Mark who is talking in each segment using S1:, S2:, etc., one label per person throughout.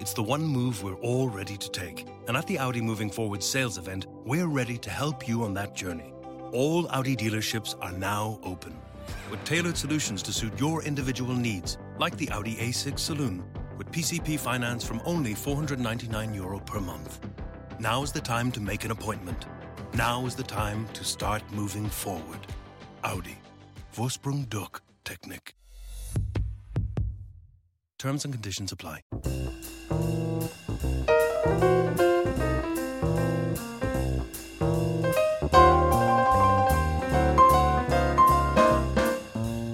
S1: It's the one move we're all ready to take. And at the Audi Moving Forward sales event, we're ready to help you on that journey. All Audi dealerships are now open. With tailored solutions to suit your individual needs, like the Audi A6 Saloon, with PCP finance from only €499 Euro per month. Now is the time to make an appointment. Now is the time to start moving forward. Audi. Vorsprung durch Technik. Terms and conditions apply.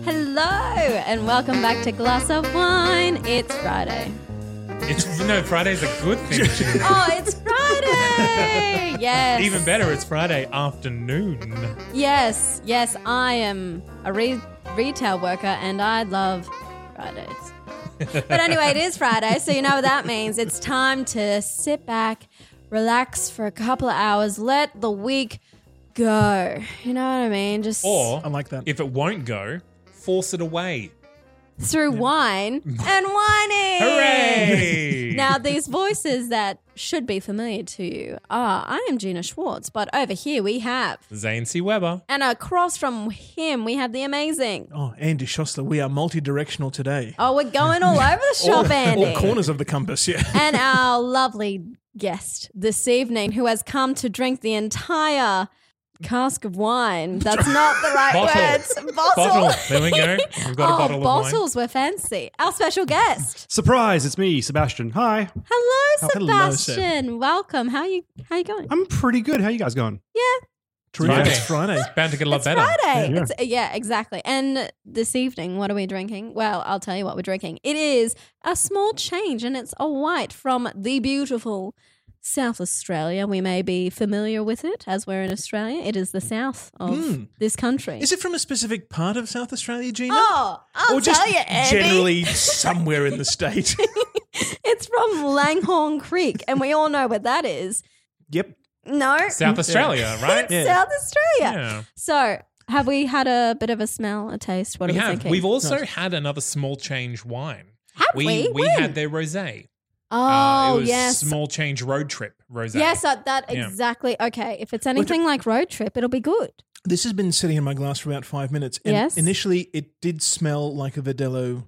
S2: Hello and welcome back to Glass of Wine. It's Friday.
S3: It's no Friday's a good thing. Gina.
S2: Oh, it's Friday! Yes.
S3: Even better, it's Friday afternoon.
S2: Yes, yes. I am a re- retail worker and I love Fridays. but anyway, it is Friday, so you know what that means. It's time to sit back, relax for a couple of hours, let the week go. You know what I mean? Just
S3: Or
S4: I like that.
S3: If it won't go, force it away.
S2: through wine and whining.
S3: Hooray!
S2: Now, these voices that should be familiar to you are I am Gina Schwartz, but over here we have,
S3: Zane C. Weber.
S2: and across from him, we have the amazing.
S4: oh, Andy Schossler, we are multi-directional today.
S2: Oh, we're going all over the shop,
S4: all,
S2: Andy.
S4: all corners of the compass. Yeah.
S2: And our lovely guest this evening who has come to drink the entire cask of wine. That's not the right
S3: Bottle.
S2: words.
S3: Bottle. There we go. We've got
S2: oh,
S3: a bottle of wine.
S2: bottles were fancy. Our special guest.
S5: Surprise, it's me, Sebastian. Hi.
S2: Hello,
S4: Oh, hello, Seb.
S2: Sebastian. Welcome. How you how you going?
S5: I'm pretty good. How you guys going?
S4: Terrific.
S3: Friday.
S4: It's Friday.
S3: Bound to get a lot
S2: it's
S3: better.
S2: Friday.
S5: Yeah.
S2: It's- Yeah. exactly. And this evening, what are we drinking? Well, I'll tell you what we're drinking. It is a small change, and it's a white from the beautiful South Australia. We may be familiar with it as we're in Australia. It is the south of
S3: Hmm.
S4: Mm.
S2: this country.
S4: Is it from a specific part of South Australia, Gina?
S2: Oh, I'll
S4: or just
S2: tell you, Andy.
S4: generally somewhere in the state?
S2: it's from Langhorne Creek, and we all know what that is.
S5: Yep.
S2: No,
S3: South Australia, right?
S2: it's South Australia.
S3: Yeah.
S2: So, have we had a bit of a smell, a taste? What
S3: We
S2: are we
S3: have.
S2: thinking?
S3: We've also had another small change wine.
S2: Have we?
S3: we
S2: When?
S3: had their rosé.
S2: oh
S3: Uh, it was
S2: yes,
S3: small change road trip rosé.
S2: Yes, uh, that
S3: Yeah.
S2: exactly. Okay, if it's anything like road trip, it'll be good.
S4: this has been sitting in my glass for about five minutes. And
S2: Yes.
S4: Initially, it did smell like a Verdello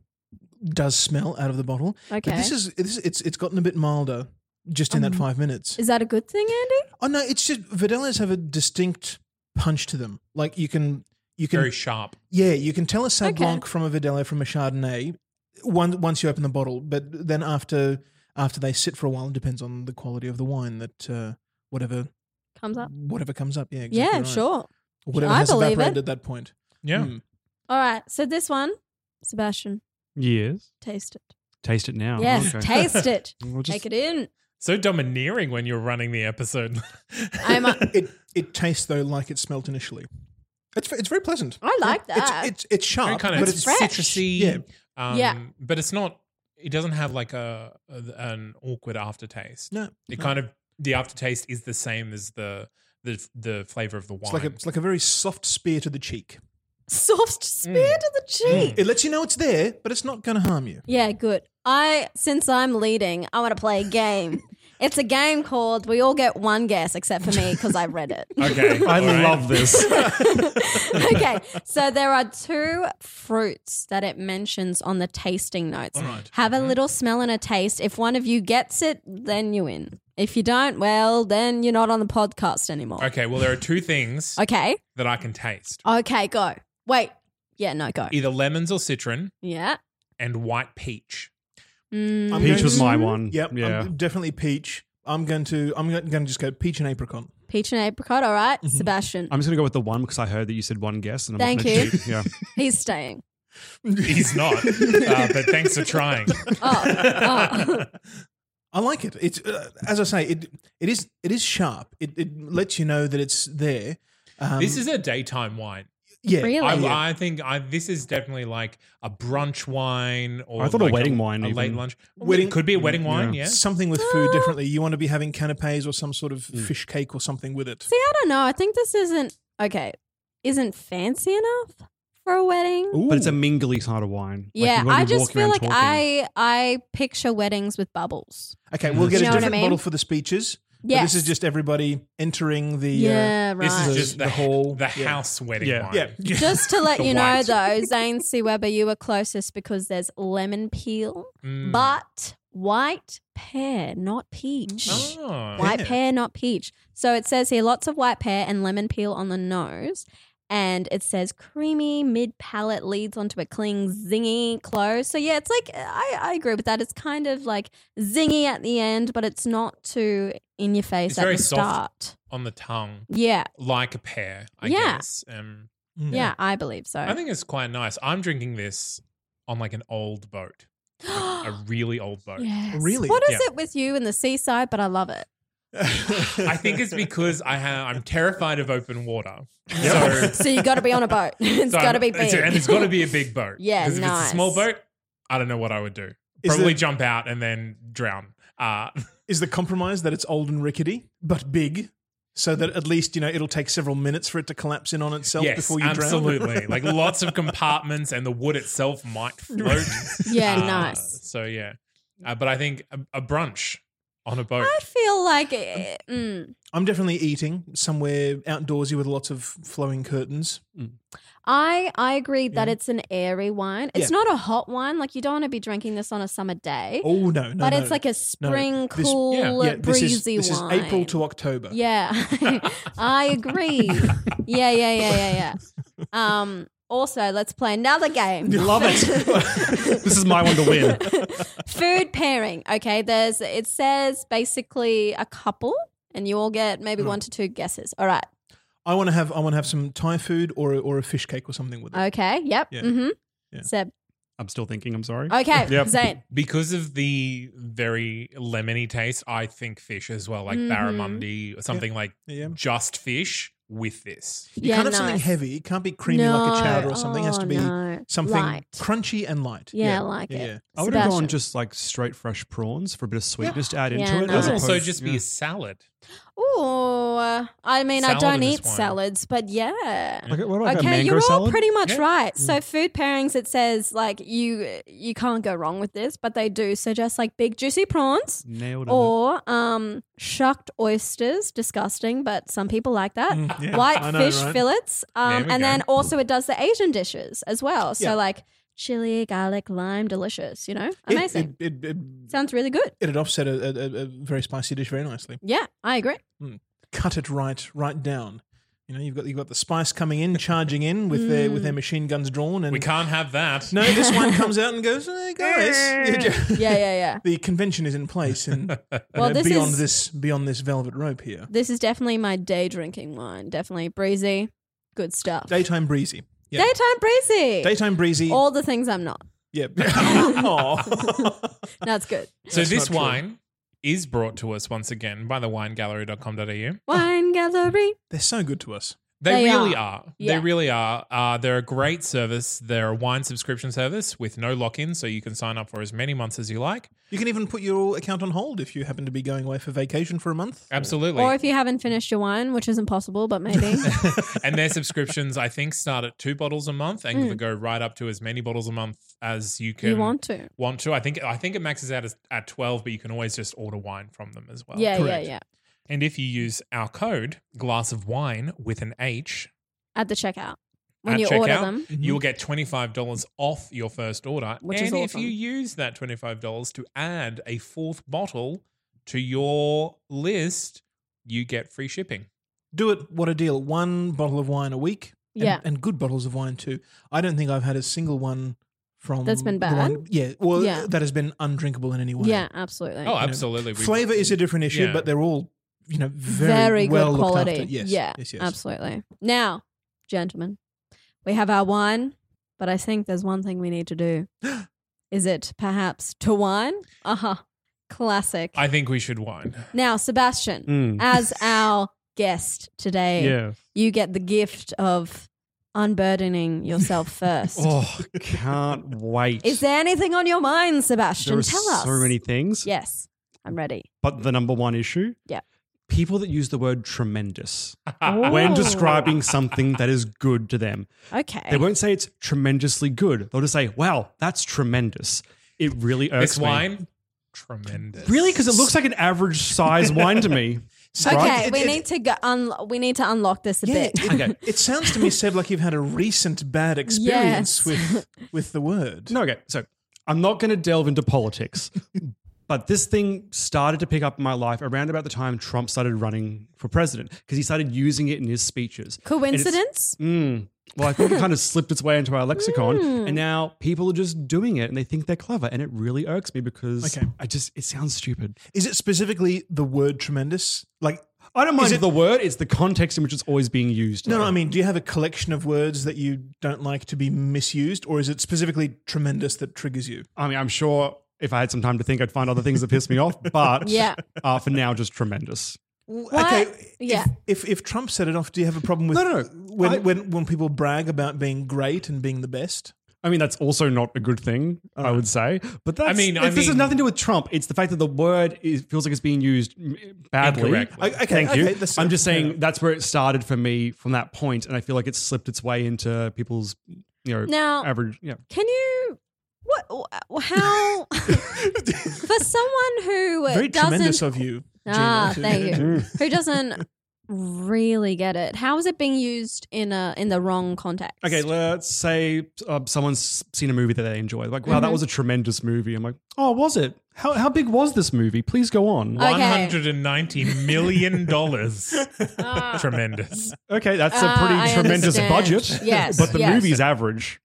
S4: does smell out of the bottle.
S2: Okay. Um,
S4: But this is this, it's it's gotten a bit milder just in that five minutes.
S2: Is that a good thing, Andy?
S4: Oh no, it's just Verdellas have a distinct punch to them. Like you can you can
S3: Very sharp.
S4: Yeah, you can tell a Sauv
S2: Okay.
S4: Blanc from a Verdelho from a Chardonnay one, once you open the bottle, but then after after they sit for a while, it depends on the quality of the wine that uh, whatever
S2: Comes up.
S4: whatever comes up. Yeah, exactly
S2: yeah,
S4: right.
S2: sure.
S4: Or Whatever
S2: I
S4: has
S2: believe
S4: evaporated
S2: it.
S4: at that point.
S3: Yeah.
S2: Hmm.
S4: Mm.
S2: All right. So this one, Sebastian,
S5: Yes.
S2: taste it.
S5: Taste it
S4: Oh,
S5: now.
S2: yes,
S5: Okay.
S2: taste it.
S5: We'll just-
S2: Take it in.
S3: So domineering when you're running the episode.
S2: I'm. A,
S4: It it tastes though like it smelt initially. It's it's very pleasant.
S2: I like
S4: It's-
S2: that.
S4: It's it's, sharp,
S3: kind of
S4: but
S2: it's
S4: it's
S2: fresh.
S3: citrusy.
S4: Yeah.
S3: Um,
S2: Yeah.
S3: But it's not. It doesn't have like a, a- an awkward aftertaste.
S4: no.
S3: It kind of the aftertaste is the same as the the the flavor of the wine.
S4: It's like a it's like a very soft spear to the cheek. Mm.
S2: Soft spear to the cheek.
S4: It lets you know it's there, but it's not going to harm you.
S2: Yeah, good. I since I'm leading, I want to play a game. it's a game called We All Get One Guess, except for me because I read it.
S3: okay,
S5: I
S3: all right.
S5: love this.
S2: okay, so there are two fruits that it mentions on the tasting notes. Have a little smell and a taste. If one of you gets it, then you win. If you don't, well, then you're not on the podcast anymore.
S3: Okay, well there are two things
S2: Okay.
S3: that I can taste:
S2: Okay, go. Wait. Yeah, no, go.
S3: either lemons or citron,
S2: Yeah.
S3: and white peach.
S2: Mm,
S4: I'm
S5: Peach
S4: going
S5: was
S4: to-
S5: my one.
S4: Yep, I'm
S5: Yeah.
S4: definitely peach. I'm going to I'm going to just go peach and apricot.
S2: peach and apricot. All right, Sebastian.
S5: I'm just going to go with the one because I heard that you said one guess. And I'm
S2: Thank
S5: gonna
S2: you.
S5: cheat. Yeah.
S2: He's staying.
S3: He's not, uh, but thanks for trying.
S2: Oh,
S4: I like it. It's uh, as I say, it it is it is sharp. It it lets you know that it's there. Um,
S3: this is a daytime wine.
S4: yeah,
S2: Really?
S3: I, I think I, this is definitely like a brunch wine, or
S5: I thought a
S3: like
S5: wedding wine
S3: a late
S5: even.
S3: lunch.
S4: Wedding-
S3: Wedding could be a wedding wine. Yeah,
S4: something with
S2: Ah.
S4: food differently. You want to be having canapes or some sort of
S3: Hmm.
S4: fish cake or something with it.
S2: See, I don't know. I think this isn't okay. Isn't fancy enough for a wedding?
S5: But it's a mingly sort of wine. Like,
S2: yeah,
S5: you wanna
S2: I
S5: be
S2: just
S5: walking
S2: feel
S5: around
S2: like
S5: talking.
S2: I I picture weddings with bubbles.
S4: Okay, we'll get
S2: Mm. You know
S4: a
S2: what I
S4: different
S2: mean?
S4: model for the speeches. but
S2: Yes.
S4: this is just everybody entering the. Uh,
S2: yeah, right.
S3: this is just the,
S4: The
S3: whole
S4: whole-
S3: the
S4: yeah.
S3: house wedding
S5: Yeah.
S3: wine.
S4: yeah, yeah.
S2: Just to let
S3: The
S2: you know,
S3: white.
S2: though, Zane C. Weber, you were closest because there's lemon peel,
S3: Mm.
S2: but white pear, not peach.
S3: Oh.
S2: White
S4: Yeah.
S2: pear, not peach. So it says here lots of white pear and lemon peel on the nose. And it says creamy mid palate leads onto a cling zingy close. So yeah, it's like I, I agree with that. It's kind of like zingy at the end, but it's not too in your face
S3: It's
S2: at
S3: very
S2: the
S3: soft.
S2: start.
S3: on the tongue,
S2: Yeah,
S3: like a pear. I
S2: Yeah.
S3: guess. Um,
S2: yeah, I believe so.
S3: I think it's quite nice. I'm drinking this on like an old boat, like a really old boat.
S2: Yes.
S4: Really?
S2: What is
S3: Yeah.
S2: it with you and the seaside? But I love it.
S3: I think it's because I have I'm terrified of open water. So,
S2: so you got to be on a boat. It's
S3: so
S2: got to
S3: I'm-
S2: be big.
S3: it's- and it's got to be a big boat.
S2: Yeah,
S3: because if it's
S2: nice.
S3: a small boat, I don't know what I would do.
S4: Is
S3: Probably
S4: the-
S3: jump out and then drown. Uh,
S4: Is the compromise that it's old and rickety but big, so that at least you know it'll take several minutes for it to collapse in on itself
S3: yes,
S4: before you drown.
S3: absolutely. like lots of compartments, and the wood itself might float.
S2: yeah,
S3: Uh,
S2: nice.
S3: So yeah, uh, but I think a, a brunch on a boat.
S2: I feel like it, mm,
S4: I'm definitely eating somewhere outdoorsy with lots of flowing curtains.
S2: I I agree that it's an airy wine. It's
S4: Yeah.
S2: not a hot wine. Like you don't want to be drinking this on a summer day.
S4: Oh no, no,
S2: but
S4: no.
S2: it's like a spring
S4: No, this-
S2: cool
S3: yeah,
S2: breezy
S4: this is, this is
S2: wine.
S4: April to October.
S2: Yeah, I agree. yeah, yeah, yeah, yeah, yeah. Um, also, let's play another game.
S5: love it. this is my one to win.
S2: Food pairing. Okay, there's it says basically a couple, and you all get
S4: Hmm.
S2: maybe one to two guesses. All right.
S4: I want to have I want to have some Thai food or a, or a fish cake or something with it.
S2: Okay. Yep.
S4: Yeah.
S2: Mm-hmm.
S4: Yeah.
S2: Seb.
S5: I'm still thinking. I'm sorry.
S2: Ah, Okay.
S5: Yep.
S2: Zane.
S3: because of the very lemony taste, I think fish as well, like
S2: Mhm.
S3: barramundi or something like
S4: Yeah.
S3: just fish with this.
S4: You
S2: yeah,
S4: can't have
S2: nice.
S4: something heavy. It can't be creamy like
S2: No.
S4: a chowder or something. It has to
S2: Oh,
S4: be
S2: no.
S4: something
S2: Light.
S4: crunchy and light.
S2: Yeah, I like
S4: yeah,
S2: it.
S4: yeah.
S5: I would have
S2: Sebastian.
S5: gone just like straight fresh prawns for a bit of sweetness to add
S2: Yeah,
S5: into it.
S2: nice.
S5: as
S3: Doesn't also
S5: opposed-
S3: just be
S5: yeah.
S3: a salad.
S2: Ooh, uh, I mean, I
S3: Salad
S2: don't
S3: in this
S2: eat
S3: wine.
S2: salads, but yeah.
S5: Like, what do I have,
S2: Okay,
S5: mango
S2: you're all
S5: salad?
S2: pretty much
S3: Yeah.
S2: right. So
S4: Mm.
S2: food pairings, it says like you you can't go wrong with this, but they do. So just like big juicy prawns
S5: nailed it.
S2: or um shucked oysters, disgusting, but some people like that.
S4: Mm, yeah.
S2: White
S4: I know,
S2: fish
S4: right?
S2: fillets,
S3: There
S2: um,
S3: we
S2: and
S3: go.
S2: then also it does the Asian dishes as well. So
S4: Yeah.
S2: like chili, garlic, lime, delicious. You know,
S4: It-
S2: amazing.
S4: It, it, it,
S2: Sounds really good.
S4: it'd offset a, a, a- a very spicy dish very nicely.
S2: Yeah, I agree.
S4: Cut it right, right down. You know, you've got you've got the spice coming in, charging in with their with
S2: Mm.
S4: their machine guns drawn, and
S3: We can't have that.
S4: no, this one comes out and goes, hey, guys.
S2: Yeah, yeah, yeah.
S4: the convention is in place, and you
S2: Well,
S4: know,
S2: this
S4: beyond
S2: is-
S4: this beyond this velvet rope here,
S2: This is definitely my day drinking wine. Definitely breezy, good stuff.
S4: daytime breezy. Yeah.
S2: Daytime breezy.
S4: Daytime breezy.
S2: All the things I'm not.
S4: yeah. Aw.
S2: That's good.
S3: so this
S4: not true.
S3: wine is brought to us once again by the winegallery.com.au. They,
S2: Wine gallery.
S4: They're so good to us.
S2: They
S3: really
S2: are.
S3: are.
S2: Yeah.
S3: They really are. Uh, they're a great service. They're a wine subscription service with no lock in, so you can sign up for as many months as you like.
S4: You can even put your account on hold if you happen to be going away for vacation for a month.
S3: Absolutely.
S2: Or if you haven't finished your wine, which is impossible, but maybe.
S3: and their subscriptions, I think, start at two bottles a month and go right up to as many bottles a month as you can
S2: Hmm. You want to.
S3: want to. I think I think it maxes out as, at twelve, but you can always just order wine from them as well.
S2: yeah,
S4: correct.
S2: yeah, yeah.
S3: And if you use our code glass of wine with an H
S2: At the checkout. When
S3: at
S2: you
S3: checkout,
S2: order them.
S3: you will get twenty five dollars off your first order.
S2: Which
S3: and
S2: is
S3: if
S2: awesome.
S3: you use that twenty five dollars to add a fourth bottle to your list, you get free shipping.
S4: Do it. What a deal. One bottle of wine a week. and-
S2: Yeah.
S4: And good bottles of wine too. I don't think I've had a single one from.
S2: That's been
S4: the
S2: bad?
S4: wine- yeah. Well,
S2: Yeah.
S4: that has been undrinkable in any way.
S2: Yeah, absolutely.
S3: Oh, absolutely. We-
S4: Flavor is a different issue,
S3: Yeah.
S4: but they're all, you know, very,
S2: Very,
S4: well
S2: good
S4: looked
S2: quality.
S4: After. Yes.
S2: yeah,
S4: Yes, yes.
S2: absolutely. Now, gentlemen, we have our wine, But I think there's one thing we need to do. Is it perhaps to wine? Uh huh. Classic.
S3: I think we should wine.
S2: now, Sebastian,
S5: Mm.
S2: as our guest today,
S5: Yeah.
S2: you get the gift of unburdening yourself first.
S5: Oh, can't wait.
S2: Is there anything on your mind,
S5: There
S2: Sebastian?
S5: are
S2: Tell us.
S5: so many things.
S2: Yes, I'm ready.
S5: But the number one issue?
S2: Yeah.
S5: People that use the word tremendous
S2: Ooh.
S5: when describing something that is good to them.
S2: Okay.
S5: They won't say it's tremendously good. They'll just say, wow, that's tremendous. It really irks
S3: This
S5: me.
S3: wine, tremendous.
S5: Really? Because it looks like an average size wine to me.
S2: okay,
S4: Right? It-
S2: we
S4: it-
S2: need to go un- we need to unlock this a
S4: Yeah,
S2: bit.
S4: it,
S5: Okay.
S4: it sounds to me, Seb, like you've had a recent bad experience with with the word.
S5: No, okay. So I'm not going to delve into politics, but this thing started to pick up in my life around about the time Trump started running for president because he started using it in his speeches. And it's-
S2: Coincidence?
S5: Mm. Well, I think it kind of slipped its way into our lexicon, and now people are just doing it, and they think they're clever, and it really irks me because
S4: Okay.
S5: I just it sounds stupid.
S4: Is it specifically the word tremendous? Like,
S5: I don't mind
S4: it-
S5: the word; it's the context in which it's always being used.
S4: no, no, I mean, do you have a collection of words that you don't like to be misused, or is it specifically tremendous that triggers you?
S5: I mean, I'm sure if I had some time to think, I'd find other things that piss me off. But
S2: Yeah.
S5: uh, for now, just tremendous.
S2: What?
S4: Okay,
S2: Yeah.
S4: If, if if Trump set it off, do you have a problem with
S5: No, no, no.
S4: when
S5: I-
S4: when when people brag about being great and being the best?
S5: I mean, that's also not a good thing, I would say. But that's,
S3: I mean, I
S5: this has
S3: mean-
S5: nothing to do with Trump. It's the fact that the word is, feels like it's being used mm, badly.
S3: Incorrectly.
S4: Okay,
S5: Thank you.
S4: okay, that's-
S5: I'm just
S4: fair
S5: saying
S4: enough.
S5: that's where it started for me from that point, and I feel like it's slipped its way into people's, you know,
S2: Now-
S4: um,
S5: average. Yeah,
S2: Can you what wh- how for someone who
S4: Very
S2: doesn't
S4: tremendous of you. Gina,
S2: ah
S4: to-
S2: thank you who doesn't really get it how is it being used in a in the wrong context
S5: Okay, let's say uh, someone's seen a movie that they enjoy. Like, wow, that
S2: Mm-hmm.
S5: was a tremendous movie. I'm like, oh, was it? How how big was this movie? Please go on.
S2: Okay.
S3: One hundred and ninety million dollars. Tremendous.
S5: okay, that's a
S2: Ah,
S5: pretty
S2: I
S5: tremendous
S2: understand.
S5: budget.
S2: Yes,
S5: but the
S2: yes.
S5: movie's average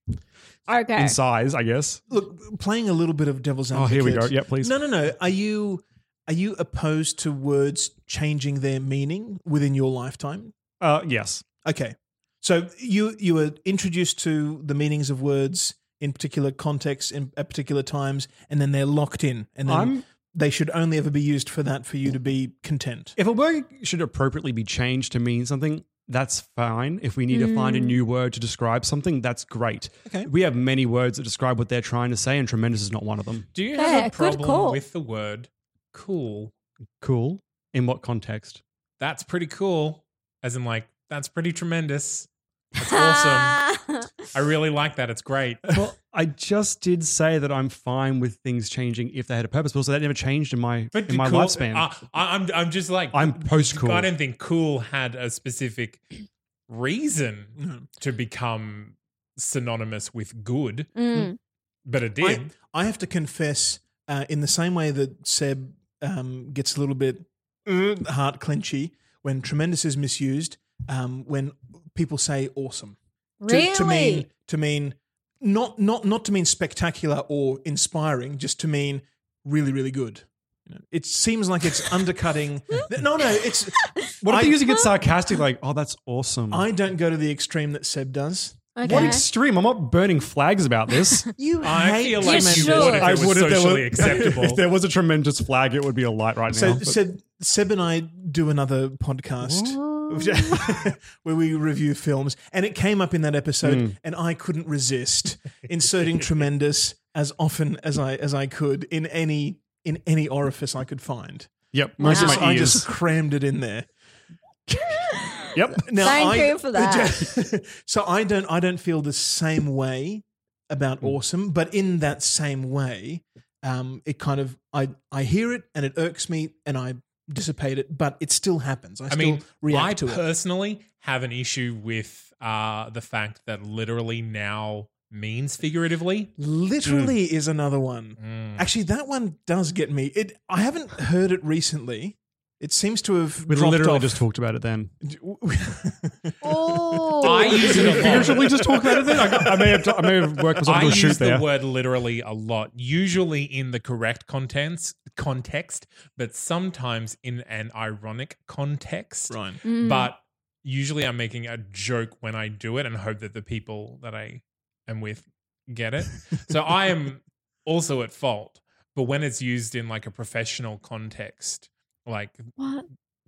S2: okay
S5: in size, I guess.
S4: Look, playing a little bit of devil's
S5: Oh,
S4: advocate.
S5: here we go. Yeah, please.
S4: No, no, no. Are you are you opposed to words changing their meaning within your lifetime?
S5: Uh, yes.
S4: Okay. So you you were introduced to the meanings of words in particular contexts in at particular times, and then they're locked in, and then
S5: I'm-
S4: they should only ever be used for that for you to be content.
S5: If a word should appropriately be changed to mean something, that's fine. If we need to find a new word to describe something, that's great.
S4: Okay.
S5: We have many words that describe what they're trying to say, and tremendous is not one of them.
S3: Do you
S2: Fair,
S3: have a
S2: good
S3: problem
S2: call.
S3: with the word cool?
S5: Cool. In what context?
S3: That's pretty cool. As in, like, that's pretty tremendous. That's awesome.
S2: awesome
S3: I really like that. It's great.
S5: Well, I just did say that I'm fine with things changing if they had a purpose. But also, that never changed in my
S3: But
S5: in my
S3: cool-
S5: lifespan.
S3: I, I- I'm, I'm just like,
S5: I'm post cool.
S3: I don't think cool had a specific reason to become synonymous with good,
S2: Mm.
S3: but it
S4: I-
S3: did.
S4: I, have to confess, uh, in the same way that Seb um, gets a little bit
S3: Mm-hmm.
S4: mm, heart clenchy when tremendous is misused, um, when people say awesome to,
S2: really
S4: to mean to mean not not not to mean spectacular or inspiring, just to mean really really good. You know, It seems like it's undercutting. No, no, it's.
S5: what if
S4: I,
S5: they're using it sarcastic? Like, oh, that's awesome.
S4: I don't go to the extreme that Seb does.
S2: okay
S5: what extreme? I'm not burning flags about this.
S4: You
S3: I,
S4: hate
S3: feel like
S2: You
S3: you,
S2: should.
S3: would if it
S2: I
S3: was
S5: if there
S3: socially
S5: was-
S3: acceptable.
S5: If there was a tremendous flag, it would be a light right
S4: So,
S5: now. but-
S4: Seb, Seb and I do another podcast where we review films, and it came up in that episode,
S5: Hmm.
S4: and I couldn't resist inserting tremendous as often as I as I could in any in any orifice I could find.
S5: Yep, most
S4: I
S5: of
S4: just,
S5: my
S4: I
S5: ears.
S4: just crammed it in there.
S5: yep.
S4: Now,
S2: Thank
S4: I,
S2: you for that.
S4: so I don't I don't feel the same way about awesome, but in that same way, um, it kind of I I hear it and it irks me and I dissipate it, but it still happens. I,
S3: I
S4: still
S3: mean, I
S4: react to it.
S3: personally have an issue with uh, the fact that literally now means figuratively. Mm.
S4: Literally is another one.
S3: Hmm.
S4: Actually, that one does get me. It I haven't heard it recently. It seems to have
S5: We
S4: dropped
S5: literally
S4: off.
S5: just talked about it then.
S2: Oh.
S3: I use it a lot.
S5: Usually just talked about it then? I, I may have, I may have worked myself
S3: I
S5: into a
S3: use
S5: shoot
S3: the
S5: there.
S3: word literally a lot, usually in the correct contents context, but sometimes in an ironic context.
S4: Right.
S2: Mm.
S3: But usually I'm making a joke when I do it and hope that the people that I and with. Get it? So I am also at fault. But when it's used in like a professional context, like
S2: What?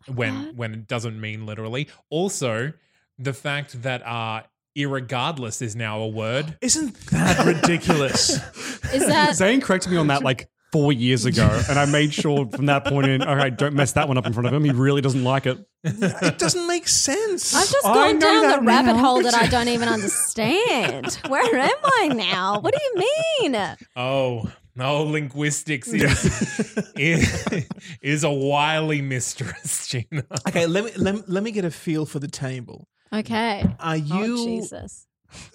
S3: when
S2: What?
S3: when it doesn't mean literally. Also, the fact that uh irregardless is now a word.
S4: Isn't that ridiculous?
S2: Is that
S5: Zane corrected me on that like four years ago, and I made sure from that point in, all right, don't mess that one up in front of him. He really doesn't like it.
S4: it doesn't make sense.
S2: I've just
S5: I
S2: gone
S5: know
S2: down
S5: that
S2: the rabbit
S5: now.
S2: hole that I don't even understand. Where am I now? What do you mean?
S3: Oh, no, linguistics is is, is a wily mistress, Gina.
S4: okay, let me, let me let me get a feel for the table.
S2: Okay.
S4: Are you
S2: Oh Jesus.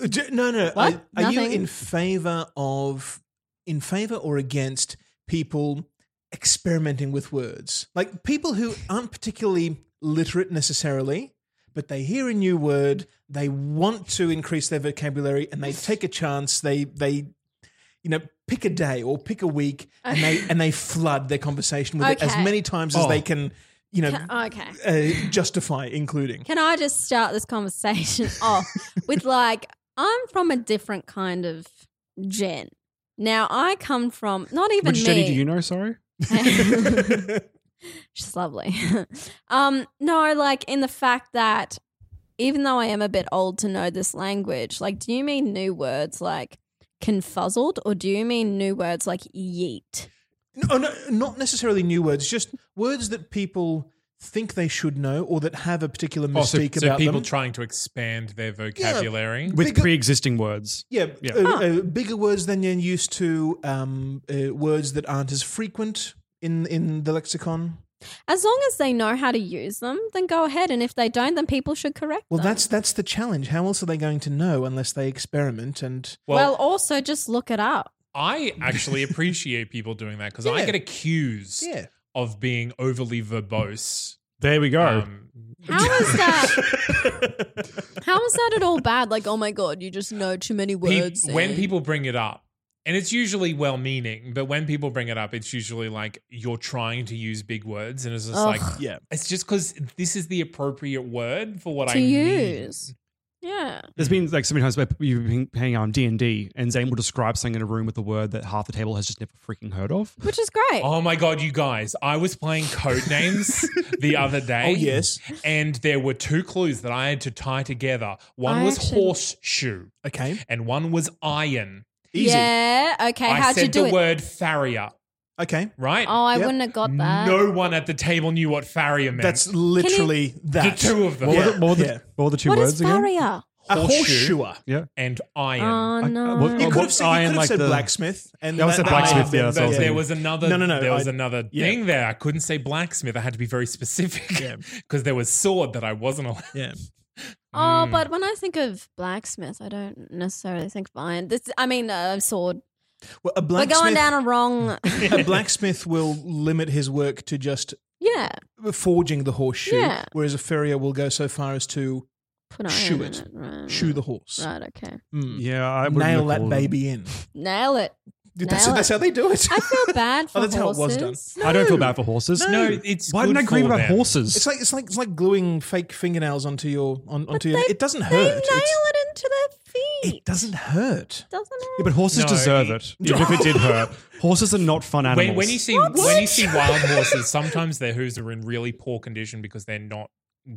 S4: D- no no?
S2: What?
S4: Are, are you
S2: Nothing.
S4: in favor of in favor or against people experimenting with words? Like people who aren't particularly literate necessarily, but they hear a new word, they want to increase their vocabulary, and they take a chance. They they you know pick a day or pick a week, and they and they flood their conversation with it as
S2: Okay.
S4: many times as they can. You know,
S2: Okay.
S4: uh, justify including.
S2: Can I just start this conversation off with like, I'm from a different kind of gen. Now I come from not even
S5: Which
S2: me.
S5: Jenny do you know? Sorry.
S2: She's lovely. um, no, like in the fact that even though I am a bit old to know this language, like, do you mean new words like confuzzled or do you mean new words like yeet?
S4: No, no, not necessarily new words, just words that people think they should know or that have a particular
S3: Also,
S4: mystique
S3: Oh, so
S4: about
S3: people
S4: them.
S3: trying to expand their vocabulary.
S5: With
S4: Bigger-
S5: pre-existing words.
S4: yeah,
S5: Yeah.
S4: Uh, uh, bigger words than you're used to, um, uh, words that aren't as frequent in in the lexicon.
S2: As long as they know how to use them, then go ahead. And if they don't, then people should correct
S4: Well,
S2: them.
S4: that's that's the challenge. How else are they going to know unless they experiment? And
S2: Well, also just look it up.
S3: I actually appreciate people doing that because I
S4: Yeah.
S3: get accused
S4: yeah,
S3: of being overly verbose.
S5: There we go.
S3: Um,
S2: How is that? how is that at all bad? Like, oh my god, you just know too many
S3: peop-
S2: words.
S3: when
S2: and-
S3: people bring it up, and it's usually well meaning, but when people bring it up, it's usually like you're trying to use big words, and it's just like
S2: Ugh.
S4: yeah.
S3: it's just because this is the appropriate word for what
S2: to
S3: I
S2: use, yeah,
S5: There's been like so many times where you've been playing um, D and D, and Zane will describe something in a room with a word that half the table has just never freaking heard of.
S2: which is great.
S3: need. Oh my god, you guys! I was playing code names the other day.
S4: Oh yes.
S3: and there were two clues that I had to tie together. One
S2: I
S3: was
S2: actually-
S3: horseshoe,
S4: Okay.
S3: and one was iron.
S4: Easy.
S2: Yeah. Okay.
S3: I
S2: how'd
S3: said
S2: you do
S3: the
S2: it?
S3: word farrier,
S4: Okay.
S3: right?
S2: Oh, I
S4: Yep.
S2: wouldn't have got that.
S3: No one at the table knew what farrier meant.
S4: That's literally
S3: the
S4: that.
S3: two of them.
S5: What, were
S4: Yeah,
S5: the, what, were the,
S4: yeah.
S5: what were the two
S2: What
S5: words
S2: is
S5: again?
S2: barrier?
S4: A
S3: Horseshoe.
S4: horseshoer.
S5: Yeah.
S3: and iron.
S2: Oh
S5: I-
S2: no.
S5: what- uh,
S4: You
S5: what-
S4: could have said, you
S5: iron
S4: could have
S5: like
S4: said
S5: the-
S4: blacksmith. And
S5: Yeah, I said blacksmith,
S4: may
S5: yeah,
S4: have
S5: that's
S4: been
S5: what I was
S3: there
S4: better.
S3: was another.
S4: No, no, no,
S3: There was
S4: I-
S3: another
S4: yeah.
S3: thing there. I couldn't say blacksmith. I had to be very specific because
S4: Yeah.
S3: there was sword that I wasn't allowed. Mm.
S4: Yeah.
S2: Oh, but when I think of blacksmith, I don't necessarily think of iron. This, I mean, uh, sword.
S4: Well, a
S2: We're
S4: blacksmith.
S2: going down a wrong.
S4: a blacksmith will limit his work to just
S2: yeah.
S4: forging the horseshoe,
S2: Yeah.
S4: whereas a farrier will go so far as to
S2: Put iron
S4: Shoe
S2: in
S4: it.
S2: Right.
S4: shoe the horse,
S2: Right. Okay.
S3: Hmm.
S4: Mm.
S5: Yeah, I wouldn't
S4: nail
S5: have
S4: that
S5: called it.
S4: baby in.
S2: Nail it.
S4: Dude, that's,
S2: Nail
S4: that's
S2: it.
S4: how they do it.
S2: I feel bad for
S4: Oh, that's how it
S2: horses.
S4: was done.
S5: I don't feel bad for horses.
S3: No, it's
S5: why didn't I
S3: good
S5: agree
S3: for
S5: about
S3: them.
S5: horses?
S4: It's like it's like it's like gluing fake fingernails onto your on, onto your.
S2: they-
S4: it doesn't
S2: They
S4: hurt.
S2: nail
S4: It's-
S2: it into their feet.
S4: it doesn't hurt.
S2: doesn't it?
S5: Yeah, but horses
S3: No,
S5: deserve
S3: it-
S5: it. Even if it did hurt, horses are not fun animals.
S3: When, when you see when you see wild horses, sometimes their hooves are in really poor condition because they're not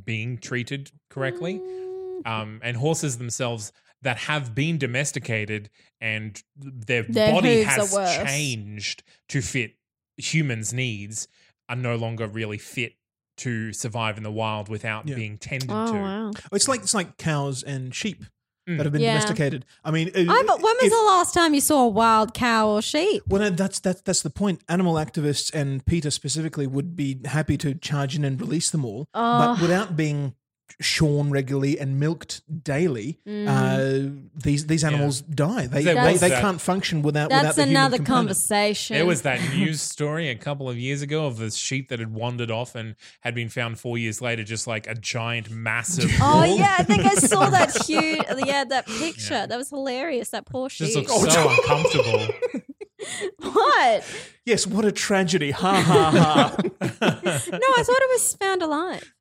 S3: being treated correctly.
S2: Mm.
S3: Um, and horses themselves that have been domesticated and their,
S2: Their
S3: body
S2: hooves
S3: has
S2: are worse.
S3: changed to fit humans' needs are no longer really fit to survive in the wild without
S4: Yeah.
S3: being tended
S2: Oh
S3: to.
S2: wow!
S4: It's like it's like cows and sheep
S3: Mm.
S4: that have been
S2: Yeah.
S4: domesticated. I mean, uh,
S2: I, but when was
S4: if-
S2: the last time you saw a wild cow or sheep?
S4: Well, no, that's that's that's the point. Animal activists and Peter specifically would be happy to charge in and release them all, but
S2: Oh.
S4: without being shorn regularly and milked daily,
S2: Mm.
S4: uh, these these animals die. They
S3: There
S4: they,
S3: was
S4: they
S3: that-
S4: can't function without. without
S2: That's
S4: the human
S2: another
S4: component.
S2: conversation.
S3: There was that news story a couple of years ago of this sheep that had wandered off and had been found four years later, just like a giant, massive.
S2: Oh
S3: wolf.
S2: yeah, I think I saw that huge. Yeah, that picture. That was hilarious. That poor sheep.
S3: Just looks so uncomfortable.
S2: what?
S4: Yes, what a tragedy! Ha ha ha!
S2: No, I thought it was found alive.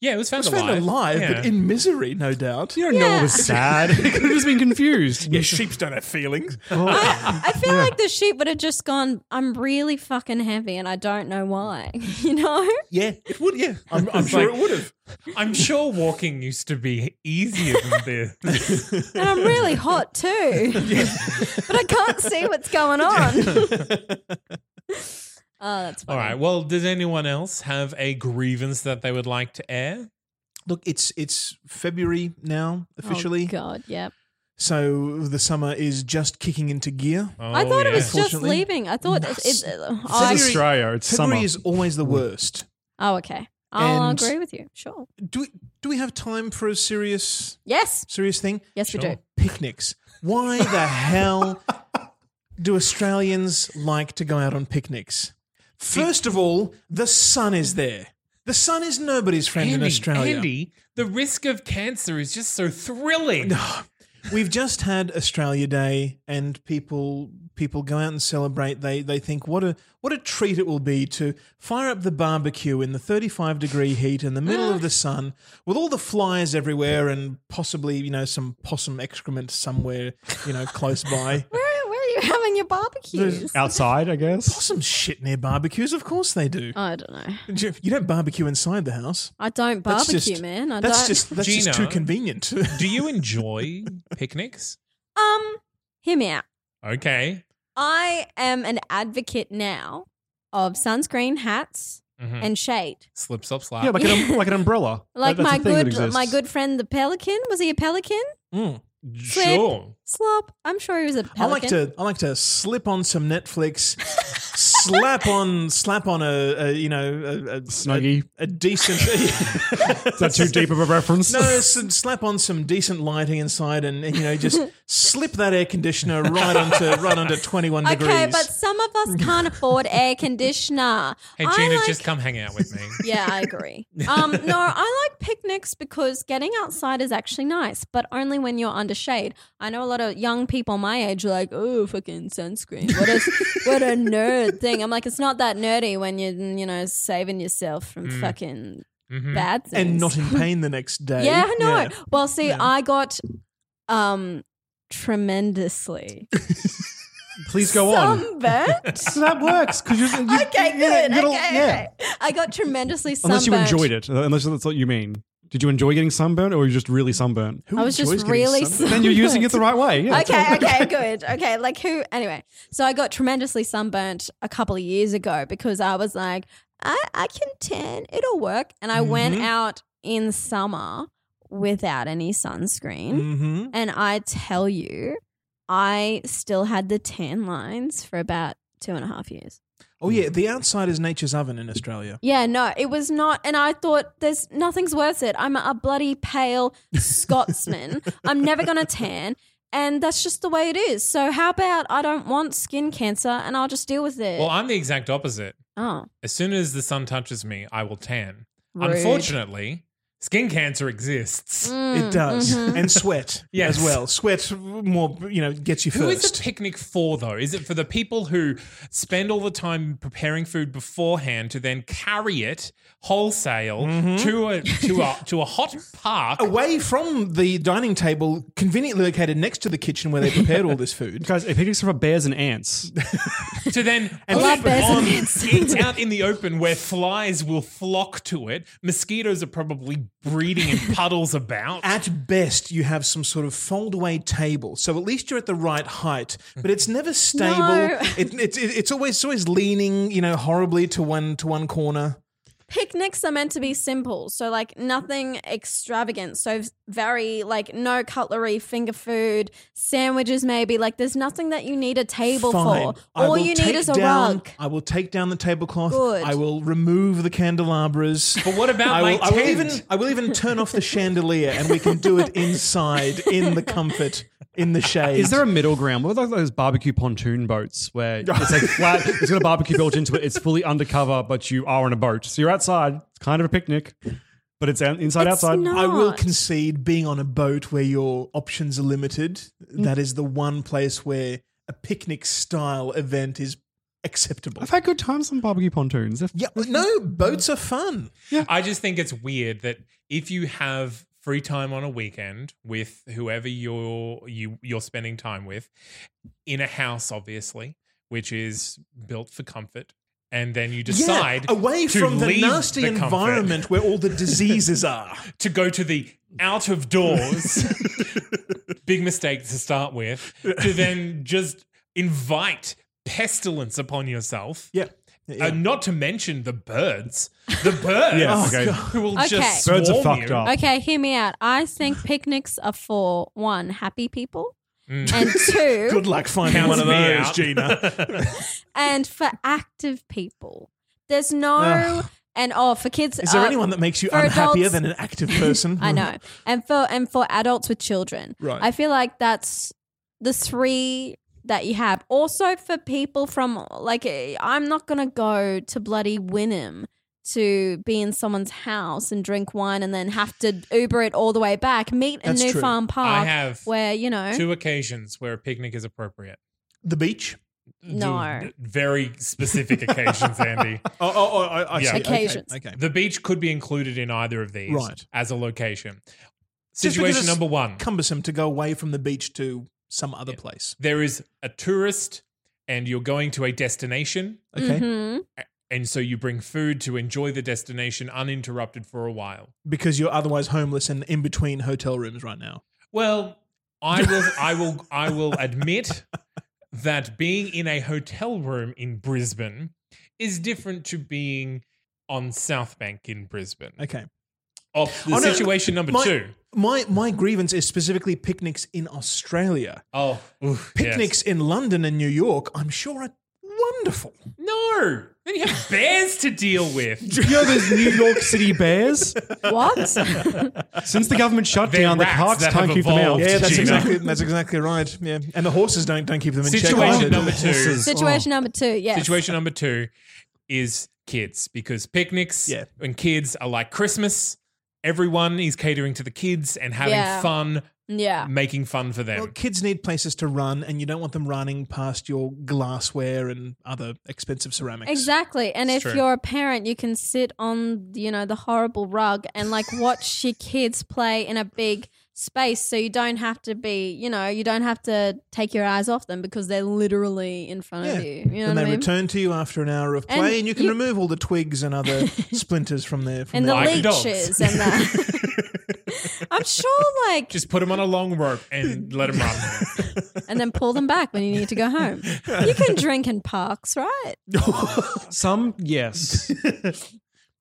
S3: Yeah, it was found
S4: It's
S3: alive.
S4: found alive,
S3: yeah.
S4: but in misery, no doubt.
S5: You don't know it was sad. It could have just been confused.
S4: Yeah, sheep don't have feelings.
S2: I, I feel like the sheep would have just gone, I'm really fucking heavy and I don't know why. You know?
S4: Yeah, it would. Yeah, I'm, I'm sure it would have.
S3: I'm sure walking used to be easier than this.
S2: And I'm really hot too. but I can't see what's going on. oh, that's
S3: All
S2: funny.
S3: right. Well, does anyone else have a grievance that they would like to air?
S4: Look, it's it's February now officially,
S2: Oh, God, yep.
S4: so the summer is just kicking into gear.
S2: I thought it
S3: Oh, yeah.
S2: was just
S4: Unfortunately.
S2: leaving. I thought it, it, oh, I-
S5: It's Australia. It's
S4: February
S5: summer.
S4: is always
S3: Mm.
S4: the worst.
S2: oh, okay. I'll
S4: And-
S2: agree with you. Sure.
S4: Do we do we have time for a serious
S2: Yes.
S4: serious thing?
S2: Yes, we
S3: Sure.
S2: do.
S4: Picnics. Why the hell do Australians like to go out on picnics? First of all, the sun is there. The sun is nobody's friend in
S3: Andy,
S4: Australia.
S3: Andy, the risk of cancer is just so thrilling.
S4: We've just had Australia Day, and people people go out and celebrate. They they think what a what a treat it will be to fire up the barbecue in the thirty five degree heat in the middle of the sun, with all the flies everywhere, and possibly you know some possum excrement somewhere you know close by.
S2: Where, where are you having your barbecues?
S5: Outside, I guess.
S4: Possum shit near barbecues, of course they do.
S2: Oh, I don't know.
S4: You don't barbecue inside the house.
S2: I don't
S4: That's
S2: barbecue,
S4: just-
S2: man. I
S4: that's
S2: don't.
S4: just that's just
S3: Gina.
S4: too convenient.
S3: Do you enjoy picnics?
S2: um, hear me out.
S3: Okay.
S2: I am an advocate now of sunscreen, hats,
S3: Mhm.
S2: and shade.
S3: Slip, slop, slap.
S5: Yeah, like an, um, like an umbrella.
S2: Like
S5: That- that's a
S2: my
S5: thing that
S2: good
S5: exists.
S2: my good friend the pelican. Was he a pelican? slip.
S3: sure.
S2: Slop. I'm sure he was a
S4: I
S2: pelican.
S4: like to I like to slip on some Netflix, slap on slap on a, a you know a, a
S5: Snuggie.
S4: a, a decent
S5: Is that too deep of a reference?
S4: no some, slap on some decent lighting inside and you know just slip that air conditioner right onto right onto twenty one degrees.
S2: Okay, but some of us can't afford air conditioner.
S3: Hey,
S2: I
S3: Gina,
S2: like-
S3: just come hang out with me.
S2: Yeah, I agree. Um, no, I like picnics because getting outside is actually nice, but only when you're under shade. I know a lot of young people my age are like, "Oh, fucking sunscreen! What a what a nerd thing!" I'm like, it's not that nerdy when you're you know saving yourself from fucking bad things
S4: and not in pain the next day.
S2: Yeah, I know.
S4: Yeah.
S2: Well, see, I got um tremendously
S5: Please go on.
S2: sunburnt.
S5: So that works because you're you,
S2: Okay,
S5: you-
S2: good.
S5: you gotta-
S2: okay,
S5: yeah.
S2: okay. I got tremendously sunburned.
S5: Unless you enjoyed it, unless that's what you mean. Did you enjoy getting sunburned, or were you just really sunburned?
S4: Who
S2: I was just
S4: enjoys getting
S2: really
S4: sun-
S5: Then you're using it the right way. Yeah.
S2: Okay, okay, good. Okay, like who? Anyway, so I got tremendously sunburnt a couple of years ago because I was like, I, I can tan, it'll work. And I went out in summer without any sunscreen.
S4: Mhm.
S2: And I tell you, I still had the tan lines for about two and a half years.
S4: Oh yeah, the outside is nature's oven in Australia.
S2: Yeah, no, it was not. And I thought, there's nothing's worth it. I'm a bloody pale Scotsman. I'm never going to tan. And that's just the way it is. So, how about I don't want skin cancer and I'll just deal with it?
S3: Well, I'm the exact opposite.
S2: oh,
S3: As soon as the sun touches me, I will tan.
S2: Rude.
S3: Unfortunately, skin cancer exists.
S2: Mm,
S4: it does,
S2: mm-hmm.
S4: and sweat
S3: Yes.
S4: as well. Sweat more, you know, gets you
S3: Who
S4: first.
S3: is a picnic for though? Is it for the people who spend all the time preparing food beforehand to then carry it wholesale
S4: Mm-hmm.
S3: to a to a to a hot park?
S4: away from the dining table, conveniently located next to the kitchen where they prepared all this food.
S5: Guys, it picnics for bears and ants.
S3: to then
S4: And
S3: put
S4: love
S3: it
S2: bears and
S3: on-
S2: ants.
S3: it's out in the open where flies will flock to it. Mosquitoes are probably breeding in puddles about.
S4: At best, you have some sort of foldaway table, so at least you're at the right height. But it's never stable.
S2: No.
S4: It, it's it, it's always it's always leaning, you know, horribly to one to one corner.
S2: picnics are meant to be simple. So, like, nothing extravagant. So, very, like, no cutlery, finger food, sandwiches, maybe. Like, there's nothing that you need a table
S4: Fine.
S2: for.
S4: I
S2: All
S4: will
S2: you
S4: take
S2: need is a
S4: down,
S2: rug.
S4: I will take down the tablecloth.
S2: Good.
S4: I will remove the candelabras.
S3: But what about
S4: I will,
S3: my
S4: I will
S3: tent?
S4: even I will even turn off the chandelier, and we can do it inside in the comfort, in the shade.
S5: Is there a middle ground? What about those barbecue pontoon boats where it's like flat, it's got a barbecue built into it, it's fully undercover, but you are on a boat. So you're outside, it's kind of a picnic, but it's out- inside,
S2: It's
S5: outside.
S2: not-
S4: I will
S2: not.
S4: concede being on a boat where your options are
S3: Mm.
S4: limited. That is the one place where a picnic style event is acceptable.
S5: I've had good times on barbecue pontoons. They're-
S4: Yeah, no, boats are fun.
S3: I just think it's weird that if you have free time on a weekend with whoever you're you you're spending time with in a house obviously which is built for comfort and then you decide
S4: yeah, away
S3: to
S4: from the
S3: leave
S4: nasty
S3: the comfort
S4: environment where all the diseases are.
S3: to go to the out of doors big mistake to start with to then just invite pestilence upon yourself
S4: Yeah. Oh,
S3: Uh, not to mention the birds. The birds
S5: Yeah, okay.
S3: who will
S2: Okay.
S3: just swarm
S5: Birds are fucked
S3: you.
S5: up.
S2: Okay, hear me out. I think picnics are for one, happy people, and two,
S4: Mm. Good luck finding
S3: Counts
S4: one of
S3: me
S4: those,
S3: out.
S4: Gina.
S2: and for active people. There's no and oh for kids.
S4: Is there
S2: uh,
S4: anyone that makes you
S2: for
S4: unhappier
S2: adults-
S4: than an active person?
S2: I know, and for and for adults with children.
S4: Right.
S2: I feel like that's the three that you have. Also for people from like eh, I'm not gonna go to bloody Wynnum to be in someone's house and drink wine and then have to Uber it all the way back. Meet in
S4: That's
S2: New
S4: true.
S2: Farm Park,
S3: have
S2: where you know
S3: Two occasions where a picnic is appropriate.
S4: The beach.
S2: No.
S3: Very specific occasions, Andy.
S4: Oh, oh, oh I, I
S3: Yeah.
S4: see. Okay,
S2: Occasions.
S4: Okay.
S3: The beach could be included in either of these
S4: Right.
S3: as a location.
S4: Just because
S3: Situation
S4: it's
S3: number one
S4: Cumbersome to go away from the beach to some other place.
S3: there is a tourist and you're going to a destination.
S4: Okay.
S2: Mhm.
S3: And so you bring food to enjoy the destination uninterrupted for a while.
S4: Because you're otherwise homeless and in between hotel rooms right now.
S3: Well, I will I will I will admit that being in a hotel room in Brisbane is different to being on South Bank in Brisbane.
S4: Okay.
S3: Of the
S4: Oh, no.
S3: situation number
S4: my,
S3: two.
S4: My my grievance is specifically picnics in Australia.
S3: Oh, oof, yes.
S4: Picnics in London and New York, I'm sure are wonderful.
S3: No, then you have bears to deal with.
S5: You know those New York City bears?
S2: What?
S5: Since the government shut
S3: They're
S5: down, the
S3: rats
S5: parks
S3: that
S5: can't
S3: have
S5: keep them out.
S3: evolved, Yeah, that's Gina. exactly-
S4: that's exactly right. Yeah. And the horses don't don't keep them in check.
S3: Situation
S4: either. Oh.
S3: number two.
S2: Situation number two. Yes.
S3: Situation number two is kids because picnics
S4: Yeah.
S3: and kids are like Christmas. Everyone is catering to the kids and having
S2: Yeah.
S3: fun,
S2: Yeah.
S3: making fun for them.
S4: Well, kids need places to run, and you don't want them running past your glassware and other expensive ceramics.
S2: Exactly. And if
S3: It's true.
S2: you're a parent, you can sit on, you know, the horrible rug and like watch your kids play in a big space so you don't have to be, you know, you don't have to take your eyes off them because they're literally in front
S4: Yeah.
S2: of you. You know
S4: and
S2: what
S4: they
S2: I mean?
S4: return to you after an hour of play,
S2: And
S4: and, you can
S2: you-
S4: remove all the twigs and other splinters from there. From
S2: and the
S4: their-
S3: Like dogs.
S2: leeches and the I'm sure like
S3: Just put them on a long rope and let them run.
S2: and then pull them back when you need to go home. You can drink in parks, right?
S5: Some, yes.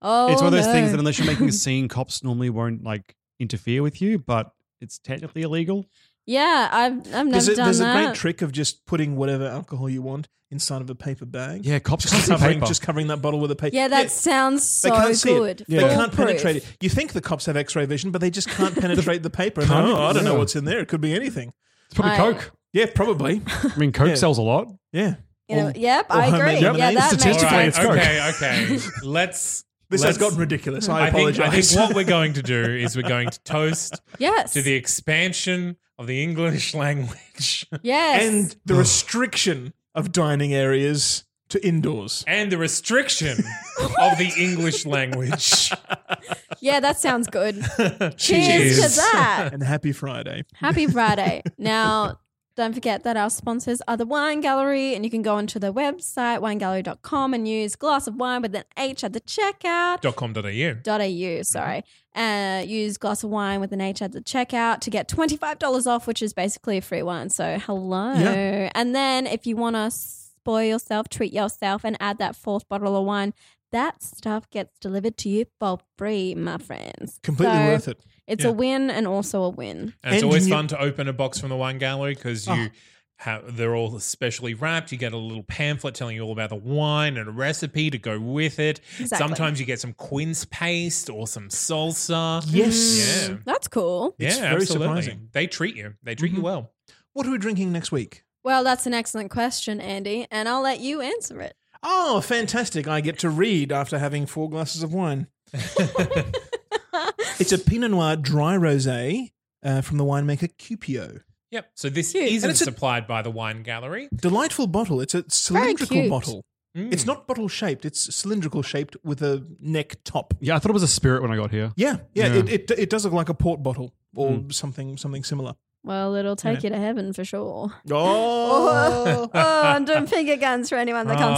S2: Oh
S5: it's one of those
S2: no.
S5: things that unless you're making a scene, cops normally won't like interfere with you, but it's technically illegal.
S2: Yeah, I've I've never
S4: there's a,
S2: done
S4: there's
S2: that.
S4: a great trick of just putting whatever alcohol you want inside of a paper bag.
S5: Yeah, cops
S4: just
S5: can't see
S4: covering,
S5: paper.
S4: just covering that bottle with a paper.
S2: Yeah, that sounds so
S4: They can't see
S2: good.
S4: it. They can't
S2: Foolproof.
S4: penetrate it. You think the cops have X-ray vision, but they just can't penetrate the paper. And,
S5: Can't-
S4: oh, I don't know
S5: yeah.
S4: what's in there. It could be anything.
S5: It's probably
S2: I-
S5: coke.
S4: Yeah, probably.
S5: I mean, coke
S4: Yeah.
S5: sells a lot.
S4: Yeah.
S2: You know, yep,
S4: or
S2: I agree.
S4: homemade
S2: Yeah, that
S4: lemonade.
S2: makes
S3: All
S5: Statistically,
S2: sense.
S3: right,
S5: it's coke.
S3: okay, okay. Let's.
S4: This
S3: let's-
S4: has gotten ridiculous. I,
S3: I think, I
S4: apologize.
S3: think what we're going to do is we're going to toast
S2: Yes.
S3: to the expansion of the English language
S2: yes.
S4: and the restriction of dining areas to indoors.
S3: and the restriction of the English language.
S2: yeah, that sounds good. Cheers, to
S3: Cheers.
S2: that.
S4: And happy Friday.
S2: Happy Friday. Now, don't forget that our sponsors are the Wine Gallery, and you can go onto their website, winegallery.com, and use glass of wine with an H at the checkout.
S3: dot com dot au.
S2: dot
S4: Mm-hmm.
S2: au sorry uh, use glass of wine with an h at the checkout to get $25 off which is basically a free one so hello
S4: Yeah.
S2: and then if you want to spoil yourself treat yourself and add that fourth bottle of wine that stuff gets delivered to you for free my friends
S4: Completely
S2: So
S4: worth it.
S2: it's
S4: Yeah.
S2: a win and also a win
S3: And it's
S4: And
S3: always
S4: you- Oh.
S3: fun to open a box from the wine gallery because you have they're all specially wrapped. You get a little pamphlet telling you all about the wine and a recipe to go with it.
S2: Exactly.
S3: Sometimes you get some quince paste or some salsa.
S4: Yes.
S3: Yeah.
S2: Mm. that's cool
S3: Yeah,
S4: It's very
S3: absolutely.
S4: surprising.
S3: They treat you. They treat you well.
S4: What are we drinking next week?
S2: well that's an excellent question andy and i'll let you answer it
S4: Oh, fantastic. I get to read after having four glasses of wine. it's a Pinot Noir dry rosé uh, from the winemaker Cupio.
S3: Yep. So this
S2: Cute.
S3: isn't
S4: And it's a-
S3: supplied by the wine gallery.
S4: Delightful bottle. It's a
S2: cute. Hmm.
S4: cylindrical bottle.
S3: Mm.
S4: It's not bottle shaped. It's cylindrical shaped with a neck top.
S5: Yeah, I thought it was a spirit when I got here.
S4: Yeah, yeah.
S5: Yeah.
S4: It, it it does look like a port bottle or something something similar.
S2: Well, it'll take you to heaven for sure.
S4: Oh,
S2: Oh, I'm doing finger guns for anyone that can't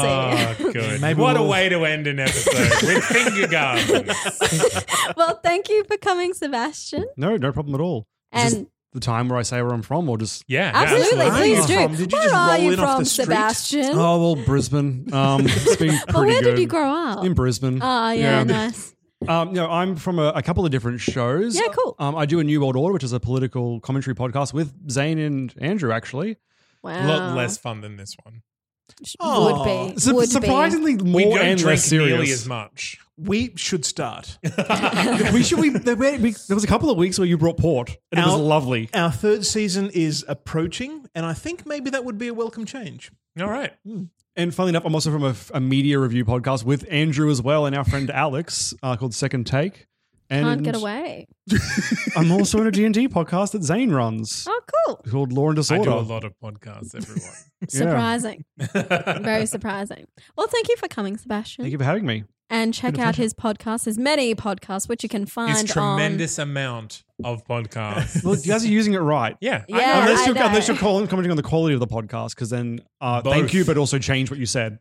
S2: see.
S3: Oh, good.
S4: Maybe
S3: what a
S4: we'll-
S3: way to end an episode with finger guns.
S2: well, thank you for coming, Sebastian.
S5: No, no problem at all. Is this
S2: And
S5: the time where I say where I'm from, or just
S3: Yeah.
S2: absolutely,
S4: Where are
S2: please
S4: you
S2: do.
S4: from? Did you
S2: Where
S4: just
S2: are
S4: roll
S2: you
S4: in off
S2: from,
S4: the street?
S2: Sebastian?
S5: Oh well, Brisbane. Um, it's been pretty
S2: but where
S5: good.
S2: did you grow up?
S5: In Brisbane.
S2: oh, yeah, nice.
S5: Um, no, I'm from a, a couple of different shows.
S2: Yeah, cool.
S5: Um, I do a New World Order, which is a political commentary podcast with Zane and Andrew. Actually,
S2: Wow.
S3: A lot less fun than this one.
S4: Oh.
S2: Would be.
S5: Su-
S2: would
S5: surprisingly more
S3: We don't
S5: and
S3: drink
S5: less
S3: nearly
S5: serious.
S3: as much.
S4: We should start.
S5: we should. We there, were, we there was a couple of weeks where you brought port, and it
S4: Our-
S5: was lovely.
S4: Our third season is approaching, and I think maybe that would be a welcome change.
S3: All right.
S5: And funnily enough, I'm also from a, a media review podcast with Andrew as well, and our friend Alex uh, called Second Take.
S2: Be.
S5: And
S2: Can't get away.
S5: I'm also in a D&D podcast that Zane runs
S2: Oh, cool.
S5: called Law and Disorder.
S3: I do a lot of podcasts, everyone.
S2: Surprising. Very surprising. Well, thank you for coming, Sebastian.
S5: Thank you for having me.
S2: and check out his podcast, his many podcasts, which you can find
S3: His tremendous amount of podcasts.
S5: Well, you guys are using it right.
S3: yeah.
S2: on. Yeah,
S5: unless
S2: I
S5: you're,
S2: know.
S5: unless you're calling, commenting on the quality of the podcast, because then uh,
S3: Both.
S5: thank you, but also change what you said.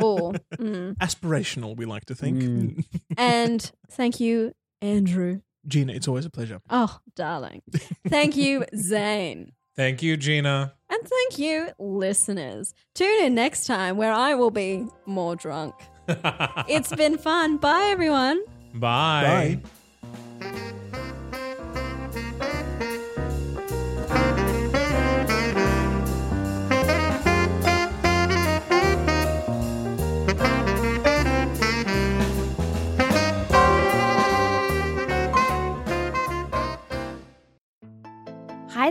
S2: Oh, mm.
S4: Aspirational, we like to think.
S5: Mm.
S2: and thank you, Andrew.
S4: Gina, it's always a pleasure.
S2: Oh, darling. Thank you, Zane.
S3: Thank you, Gina.
S2: And thank you, listeners. Tune in next time where I will be more drunk. it's been fun. Bye, everyone.
S3: Bye.
S4: Bye.
S6: Hi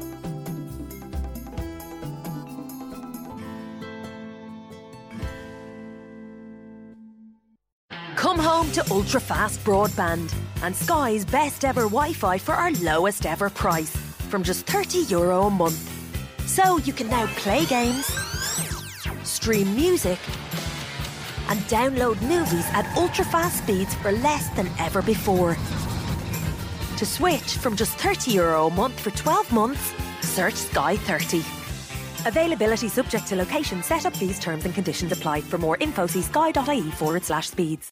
S7: Come home to ultra fast broadband and Sky's best ever Wi Fi for our lowest ever price from just €30 Euro a month. So you can now play games, stream music, and download movies at ultra fast speeds for less than ever before. To switch from just €30 Euro a month for 12 months, search Sky 30. Availability subject to location, setup fees, terms and conditions apply. For more info, see sky.ie E forward slash speeds.